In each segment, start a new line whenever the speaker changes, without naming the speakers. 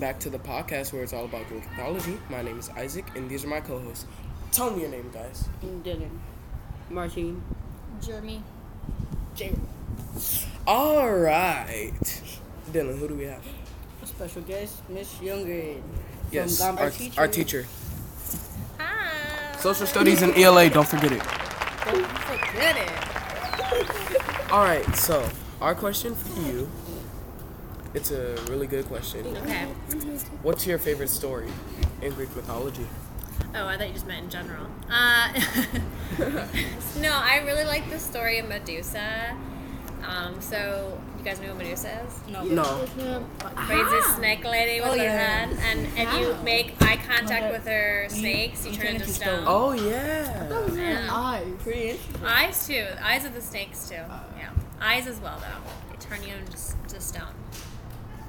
back to the podcast where it's all about Greek mythology. My name is Isaac, and these are my co-hosts. Tell me your name, guys.
Dylan. Martin.
Jeremy.
All right, Dylan. Who do we have?
Special guest, Miss Youngren.
Yes,
From Gombe.
our, our teacher.
Hi.
Social studies and ELA. Don't forget it.
Forget it.
All right. So our question for you. It's a really good question.
Okay.
What's your favorite story in Greek mythology?
Oh, I thought you just meant in general. Uh, no, I really like the story of Medusa. Um, so you guys know who Medusa is?
No.
Crazy snake lady with
Oh,
her
yeah.
head, and if you make eye contact with her snakes, you,
you
turn
turn
into
into
stone.
Oh yeah.
Yeah.
Pretty interesting.
Eyes too. Eyes of the snakes too. yeah. Eyes as well though. They turn you into s- to stone.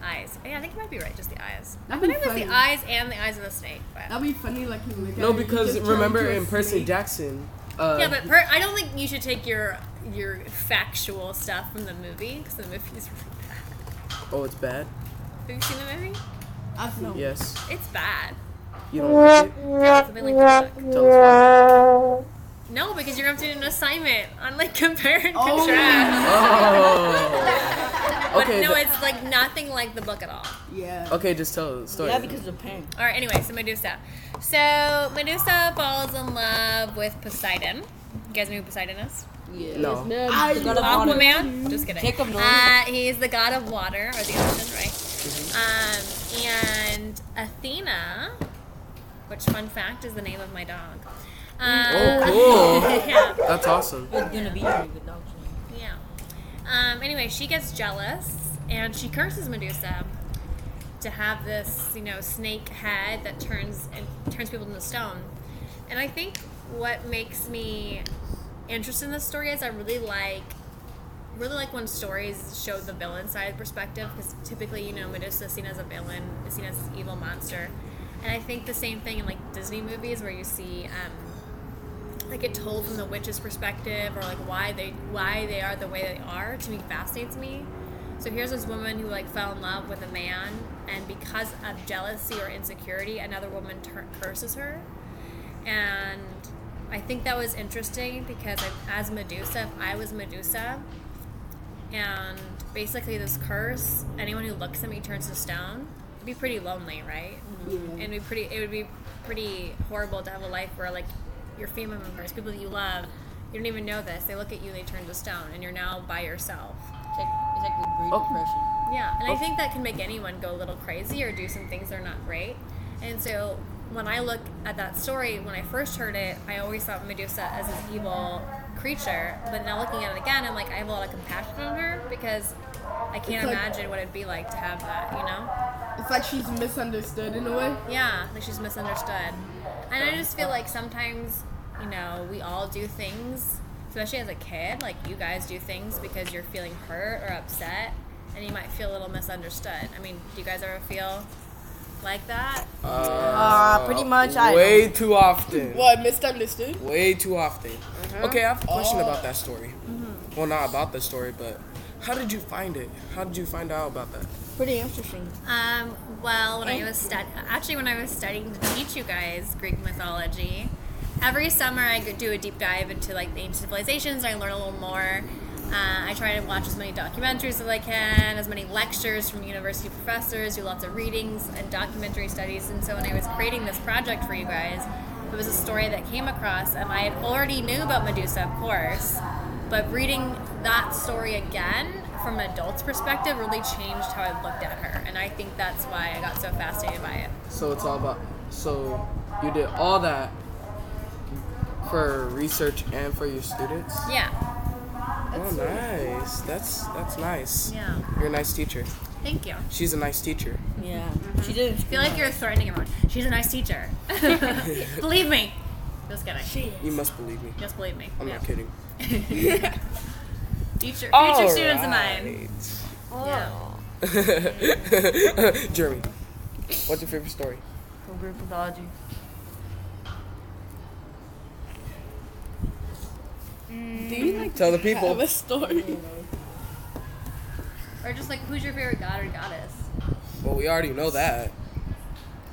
Eyes. Yeah, I think you might be right. Just the eyes. I
That'd
think
be
it was the
funny.
eyes and the eyes of the snake. But.
That'd be funny, like you look at
No,
it, you
because
just turn
remember
into a
in Percy
snake.
Jackson. Uh,
Yeah, but per- I don't think you should take your your factual stuff from the movie because the movie's really bad.
oh, it's bad.
Have you seen the movie?
I don't know.
Yes.
It's bad.
You don't like it.
It's a bit like the book.
Tell us
No, because you're going to do an assignment on like compare and
Oh.
contrast.
why. Oh.
But
Okay.
no,
th-
it's like nothing like the book at all.
Yeah.
okay, just tell the story.
Yeah, because of pain.
All right, anyway, so Medusa. So Medusa falls in love with Poseidon. You guys know who Poseidon is?
Yeah.
No.
I
Aquaman? Just kidding.
Jacob Nolan.
Uh, he's the god of water, or the ocean, right? Um, and Athena, which, fun fact, is the name of my dog. Um,
Oh, cool.
yeah.
That's awesome.
It's gonna be pretty good dog.
Yeah. Um, anyway, she gets jealous and she curses Medusa to have this, you know, snake head that turns and turns people into stone. And I think what makes me interested in this story is I really like really like when stories show the villain side perspective because typically you know Medusa is seen as a villain is seen as an evil monster and I think the same thing in like Disney movies where you see um, like it told from the witch's perspective or like why they why they are the way they are to me fascinates me so here's this woman who like fell in love with a man and because of jealousy or insecurity another woman tur- curses her and i think that was interesting because I, as medusa if i was medusa and basically this curse anyone who looks at me turns to stone it'd be pretty lonely right and it'd be pretty it would be pretty horrible to have a life where like your family members people that you love you don't even know this they look at you they turn to stone and you're now by yourself
It's like, it's like the great
Oh.
depression.
yeah, and I
Okay.
think that can make anyone go a little crazy or do some things that are not great. And so when I look at that story, when I first heard it, I always thought Medusa as this evil creature. But now looking at it again, I'm like, I have a lot of compassion on her because I can't
It's like-
imagine what it'd be like to have that, you know?
It's like she's misunderstood in a way.
Yeah, like she's misunderstood. And I just feel like sometimes, you know, we all do things, especially as a kid, like you guys do things because you're feeling hurt or upset and you might feel a little misunderstood. I mean, do you guys ever feel like that?
Uh,
pretty much I
Way too often.
What misunderstood?
Way too often.
Uh-huh.
Okay, I have a
Oh.
question about that story.
Mm-hmm.
Well, not about the story, but how did you find it? How did you find out about that?
Pretty interesting.
Um, well, when I was stud- actually when I was studying to teach you guys Greek mythology, every summer I could do a deep dive into like the ancient civilizations. I learn a little more. Uh, I try to watch as many documentaries as I can, as many lectures from university professors, do lots of readings and documentary studies. And so when I was creating this project for you guys, it was a story that came across, and I had already knew about Medusa, of course, but reading that story again from an adult's perspective really changed how I looked at her, and I think that's why I got so fascinated by it.
So it's all about. So you did all that for research and for your students.
Yeah,
Oh, nice. That's that's nice.
Yeah.
You're a nice teacher.
thank you. I
She's a nice teacher.
Yeah. She didn't.
feel like you're threatening everyone. She's a nice teacher. believe me. Just kidding.
You must believe me.
Just believe me.
I'm
Yeah.
not kidding.
Future, future students of mine. Yeah.
Alright. Oh. Jeremy, what's your favorite story?
From group pathology.
Do you like
Mm. Tell the
have
people.
a story?
Or just like, who's your favorite god or goddess?
Well, we already know that.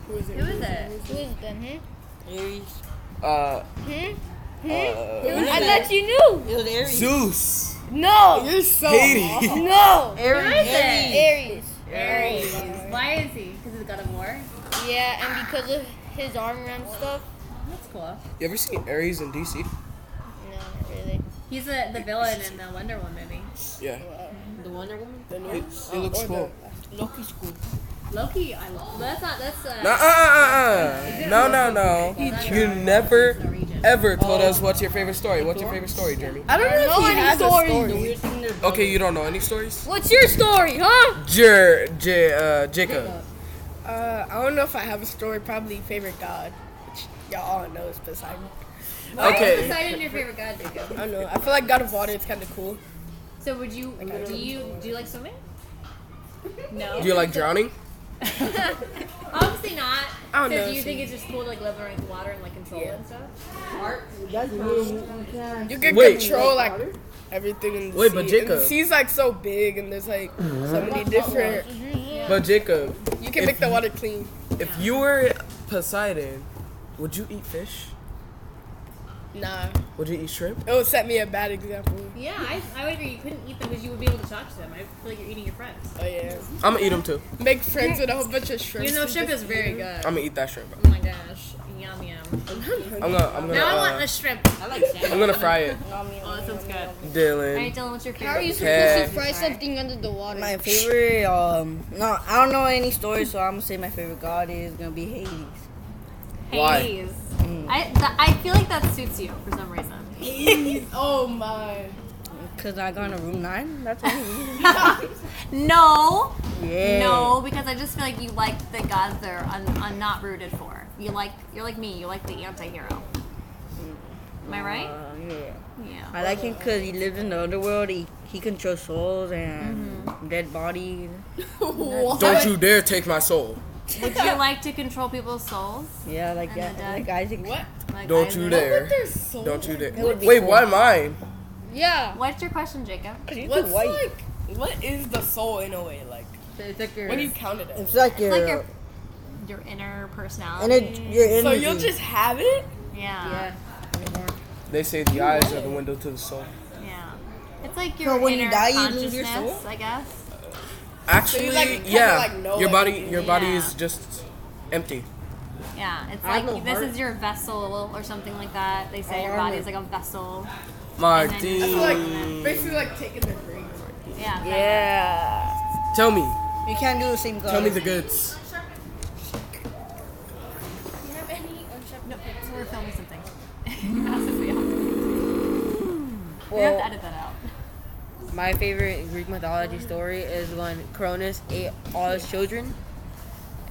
Who is it?
Who is it?
Who is them? Hmm?
Aries.
Uh,
Hmm?
Hmm?
uh,
I thought you knew.
It was Aries.
Zeus,
No.
You're so off.
Hades.
No.
Aries.
Who is it?
Aries.
Aries. Why is he? Because he's a god of war.
Yeah, and because of his armor and stuff.
That's cool.
You ever seen Ares in DC?
No, not really.
He's a, the villain in the Wonder Woman movie.
Yeah,
The Wonder Woman.
The
it,
Norse?
it looks
Uh, Or the-
cool.
Loki's cool.
Loki, I love. But that's not. That's uh,
No, uh, uh, uh, uh. no, no, no. You never, ever told us what's your favorite story. What's your favorite story, Jeremy?
I don't know if he has a story.
The weird thing they're
Okay, you don't know any stories?
What's your story, huh?
Jer, J, uh, Jacob.
Uh, I don't know if I have a story. Probably favorite god, which y'all all know is Poseidon.
Okay.
Okay.
Poseidon your favorite god, Jacob?
I don't know. I feel like God of Water is kind of cool.
So would you? Do you do you like swimming? No.
Do you like drowning?
Obviously not.
I don't
so
know,
do you
see.
think it's just cool to like live underneath the water and like control it and stuff?
You can
Wait.
control like everything in the
Wait,
sea.
but
And the
Jacob- Mm-hmm.
sea's like so big, and there's like so many different.
But Jacob,
You can
If
make the water clean.
if you were Poseidon, would you eat fish?
Nah,
Would you eat shrimp?
it would set me a bad example.
Yeah, I, I would agree. You couldn't eat them because you would be able to talk to them. I feel like you're eating your friends.
Oh yeah,
I'm gonna eat them too.
make friends with a whole bunch of shrimps.
You know,
and
shrimp
just
is very
eat 'em.
good.
I'm gonna eat that shrimp.
Oh my gosh, yum yum.
I'm gonna, I'm gonna,
Now I want
uh,
a shrimp.
I like that.
I'm gonna fry it.
Oh, that sounds good. All right,
Dylan.
Dylan, what's your favorite?
How are you supposed
Okay.
to fry something under the water?
My favorite, um, no, I don't know any stories, so I'm gonna say my favorite god is gonna be Hades.
Why?
Hades. I th- I feel like that suits you for some reason.
Oh my.
Cause I got in a room nine. That's what
no,
yeah.
no, because I just feel like you like the gods that are un- un- not rooted for. You like you're like me. You like the anti-hero. Am I right?
Uh, yeah.
Yeah.
I like him cause he lives in the underworld. He he controls souls and
Mm-hmm.
dead bodies.
What?
Don't you dare take my soul.
Would you like to control people's souls?
Yeah, like
And
that.
the dead.
Like Isaac.
What?
Like
Don't
Isaac?
you dare.
There's so.
Don't you dare.
would be
Wait,
cool.
why mine?
Yeah.
What's your question, Jacob?
What's like? What is the soul in a way? Like,
It's like your.
what do you count it as?
It's like your,
It's like your your inner personality.
ener- your energy.
So you'll just have it?
yeah.
They say the eyes are the window to the soul.
yeah. It's like your
when you
inner
die, you
consciousness,
lose your soul?
I guess.
Actually,
like, kinda
yeah.
like know
your body,
everything.
your body
Yeah.
is just empty.
Yeah. It's
I have no
like this
heart.
is your vessel or something like that. They say your
I have
body
no-
is like a vessel.
Martine,
It's like basically like taking the ring.
Yeah.
yeah.
tell me,
You can't do the same god.
tell me the goods.
No, so we're filming something. That's just the opposite. we have to
Well,
edit that out.
my favorite Greek mythology story is when Cronus ate all his children,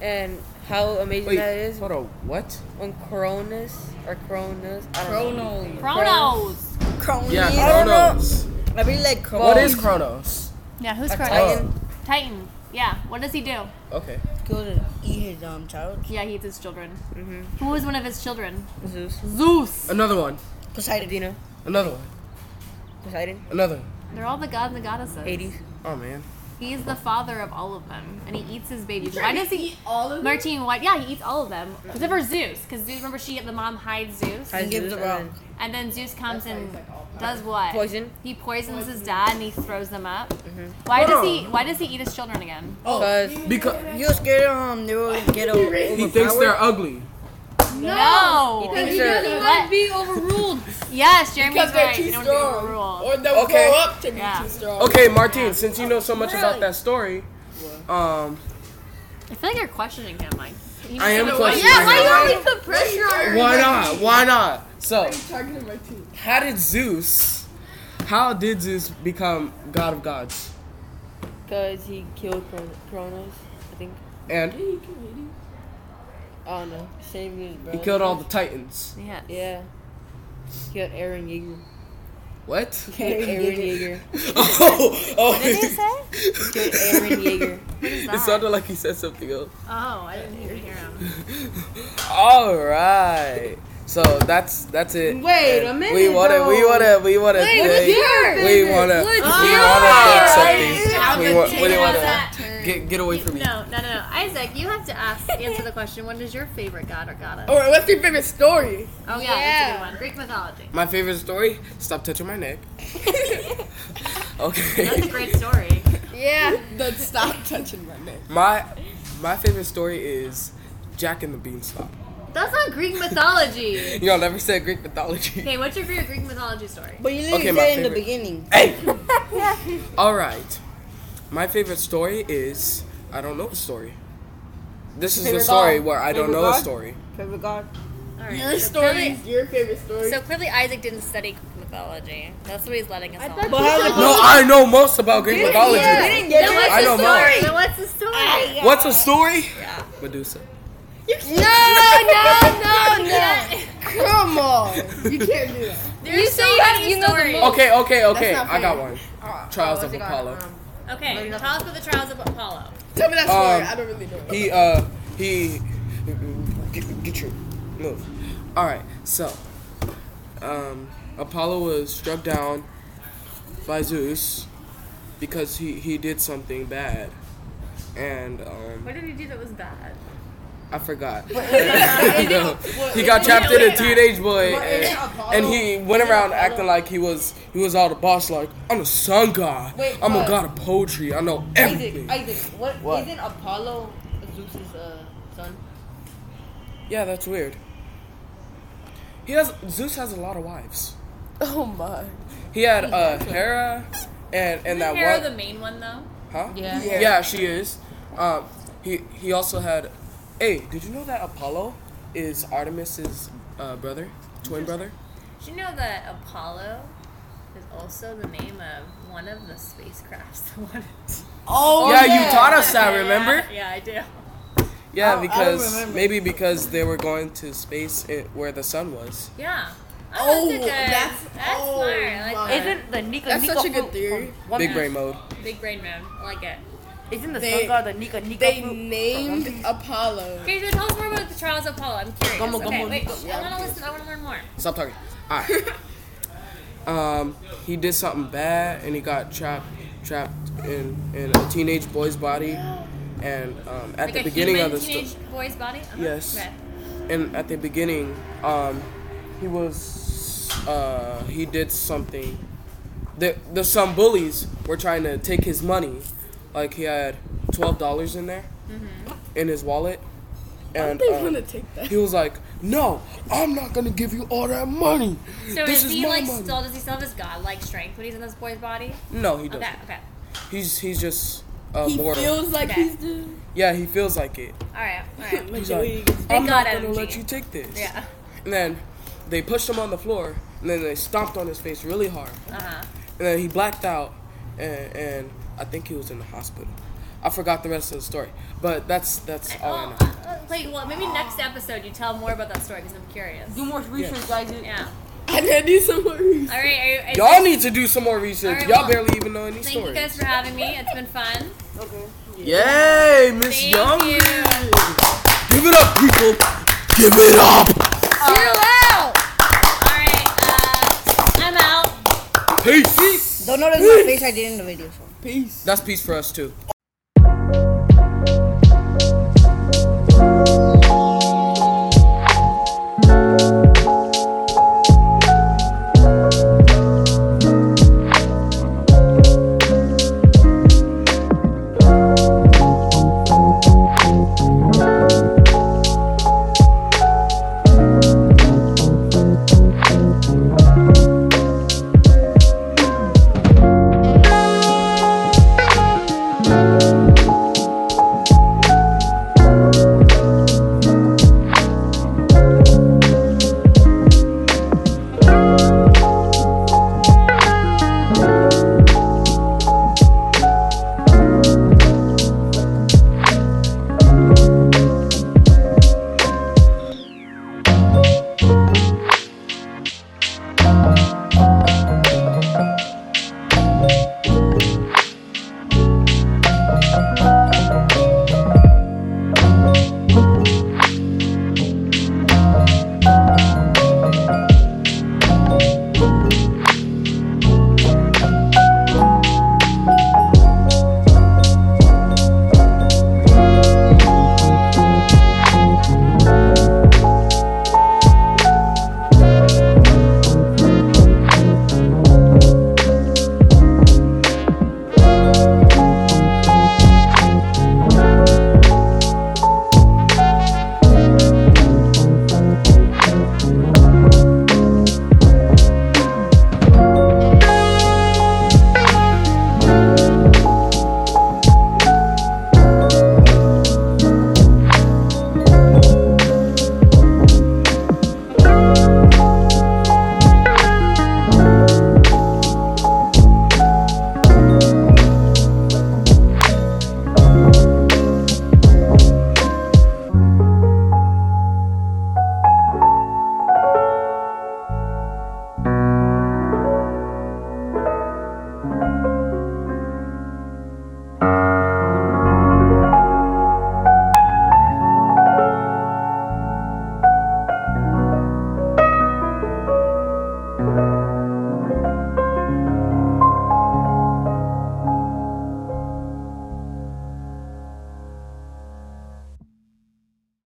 and how amazing
Wait,
that is.
hold on. What?
when Cronus or Cronus, I don't know.
Chronos.
Cronus.
Yeah,
I don't
Chronos.
know. I really like Cronus.
What is Chronos? Oh,
Yeah, who's
A
Chronos?
titan
Titan. Yeah. What does he do?
Okay.
killed and eat his um child.
Yeah, he eats his children.
Mm-hmm.
Who was one of his children?
Zeus.
Zeus.
Another one.
Poseidon. You know.
Another one.
Poseidon.
Another. one.
They're all the gods and the goddesses.
Hades.
Oh man.
He's the father of all of them, and he eats his babies. Why does he?
all of
Martine, why? Yeah, he eats all of them except for Zeus, because Zeus. Remember, she the mom hides Zeus,
He gives
Zeus
the
and
rock.
and then Zeus comes and does what?
Poison. Mm-hmm.
He poisons his dad and he throws them up. Why does he? Why does he eat his children again?
Oh.
Cause
Because
he was scared um they will get o- overpowered.
he thinks they're ugly.
No.
He thinks they're-
Let be overruled. yes, Jeremy's
Because they're
right.
too
You don't get
strong.
overruled.
Or they'll
Okay.
grow up to be
Yeah.
too strong.
Okay, Martine. Since you know so much about that story, um,
I feel like you're questioning him, like. you
I am
know-
questioning.
Yeah, why
him.
you always put pressure on?
Why not? Why not? So,
Talking to Martine.
how did Zeus? How did Zeus become god of gods?
Cause he killed Chron- Cronus. I think.
And
I don't know. Same as his
he
brother.
killed all the titans.
Yeah.
Yeah. He killed Aaron Yeager.
What?
Killed Aaron Yeager.
oh, oh. What
Did he say?
Killed Aaron Yeager.
It sounded like he said something else.
Oh, I didn't even hear him.
All right. So that's that's it.
Wait a
And
minute,
We wanna we
though.
wanna we wanna
Wait, what's
think-
your
we
favorite?
wanna we
What's
wanna think something. We, wa- we wanna
turn.
Get get away
You-
from me.
No, no, no, no. Isaac, you have to ask, answer the question. What is your favorite god or goddess?
Or what's your favorite story?
Oh yeah, that's a
Yeah.
good one. Greek mythology.
My favorite story? Stop touching my neck.
That's a
okay.
great story.
Yeah.
Then stop touching my neck.
My my favorite story is Jack and the Beanstalk.
That's not Greek mythology.
Y'all never said Greek mythology.
Okay, what's your favorite Greek mythology story?
But you literally
Okay, my
said in the
favorite.
beginning.
Hey. All right. My favorite story is I don't know the story. This is the
Favorite
story
god?
where I don't
Favorite
know a
god?
story.
Favorite god?
All right.
Your
so
story,
clearly-
is your favorite story.
So clearly, Isaac didn't study Greek mythology. That's what he's letting us all
But how the
No, I know most about Greek mythology.
yeah.
Then what's
I
the
know mine.
story? Then what's the story?
What's a story? Medusa.
Come on, you can't do that.
you say you have you know the
Okay, okay, okay.
not
I got
fair.
one. Trials of
Oh, it called?
Apollo.
Okay, tell us about the trials of Apollo.
Tell me that story.
Um,
I don't really know. it.
He uh he get, get your move. All right, so um Apollo was struck down by Zeus because he he did something bad, and um
What did he do that was bad?
I forgot. No, he got trapped in a teenage boy, and, and he went around acting like he was he was all the boss. Like I'm a sun god.
Wait,
I'm a
but-
god of poetry. I know
Isaac,
everything.
Isaac, what,
What?
isn't Apollo Zeus's uh, son?
Yeah, that's weird. He has Zeus has a lot of wives.
oh my.
He had uh Hera and and that
Hera
one
the main one though.
huh?
Yeah.
yeah. she is. Um he he also had Hey, did you know that Apollo is Artemis's uh, brother? Twin brother?
Did you know that Apollo is also the name of one of the spacecrafts?
Oh, yeah, you taught us that, remember?
Yeah, I do.
Yeah,
Oh, I
because
remember.
maybe because they were going to space i where the sun was.
Yeah.
Oh,
that's, a good,
that's-
that's,
oh
smart. I
my.
like that.
Isn't the Nika
That's
Nika
such a good
fruit
theory.
from One
Big
Piece?
brain mode.
big brain man. I like it.
Isn't the
They-
sun god the Nika Nika
They
fruit?
named Apollo.
Okay, so tell us more about the trials of Apollo. I'm curious.
Gumbo,
okay,
gumbo,
wait.
Nika.
I want to listen. I want to learn more.
Stop talking. Alright. um, he did something bad and he got trapped trapped in, in a teenage boy's body. And um, at
Like
the
a
beginning
human
of the
teenage
sto-
boy's body. Uh-huh.
Yes.
Okay.
and at the beginning, um, he was uh, he did something. The the some bullies were trying to take his money, like he had twelve dollars in there,
Mm-hmm.
in his wallet, and
They
um,
wanna take that.
he was like, "No, I'm not gonna give you all that money.
So
this
is
is
he
my
like
money."
still? Does he still have his godlike strength when he's in this boy's body?
no, he doesn't.
Okay. Okay.
He's he's just uh,
He
mortal.
feels like
Okay.
he's the.
yeah, he feels like it.
All right. All right.
He's
the way he
like,
gets-
I'm
Thank
not
God,
gonna
OMG.
let you take this.
Yeah.
And then they pushed him on the floor, and then they stomped on his face really hard.
Uh huh.
And then he blacked out, and, and I think he was in the hospital. I forgot the rest of the story, but that's that's all I
Oh,
know.
uh, like, well, maybe next episode you tell more about that story because I'm curious.
Do more research, Isaac.
Yeah.
I gotta do some more research.
All right. Are, is
Y'all
this-
need to do some more research.
Alright,
Y'all
well,
barely even know any
Thank you
stories.
guys for having me. It's been fun.
Yay, Miss
Thank
Young!
you.
Give it up, people! Give it up!
All right. Uh, I'm out.
Peace.
Don't notice my face I did in the video, so.
That's peace for us too.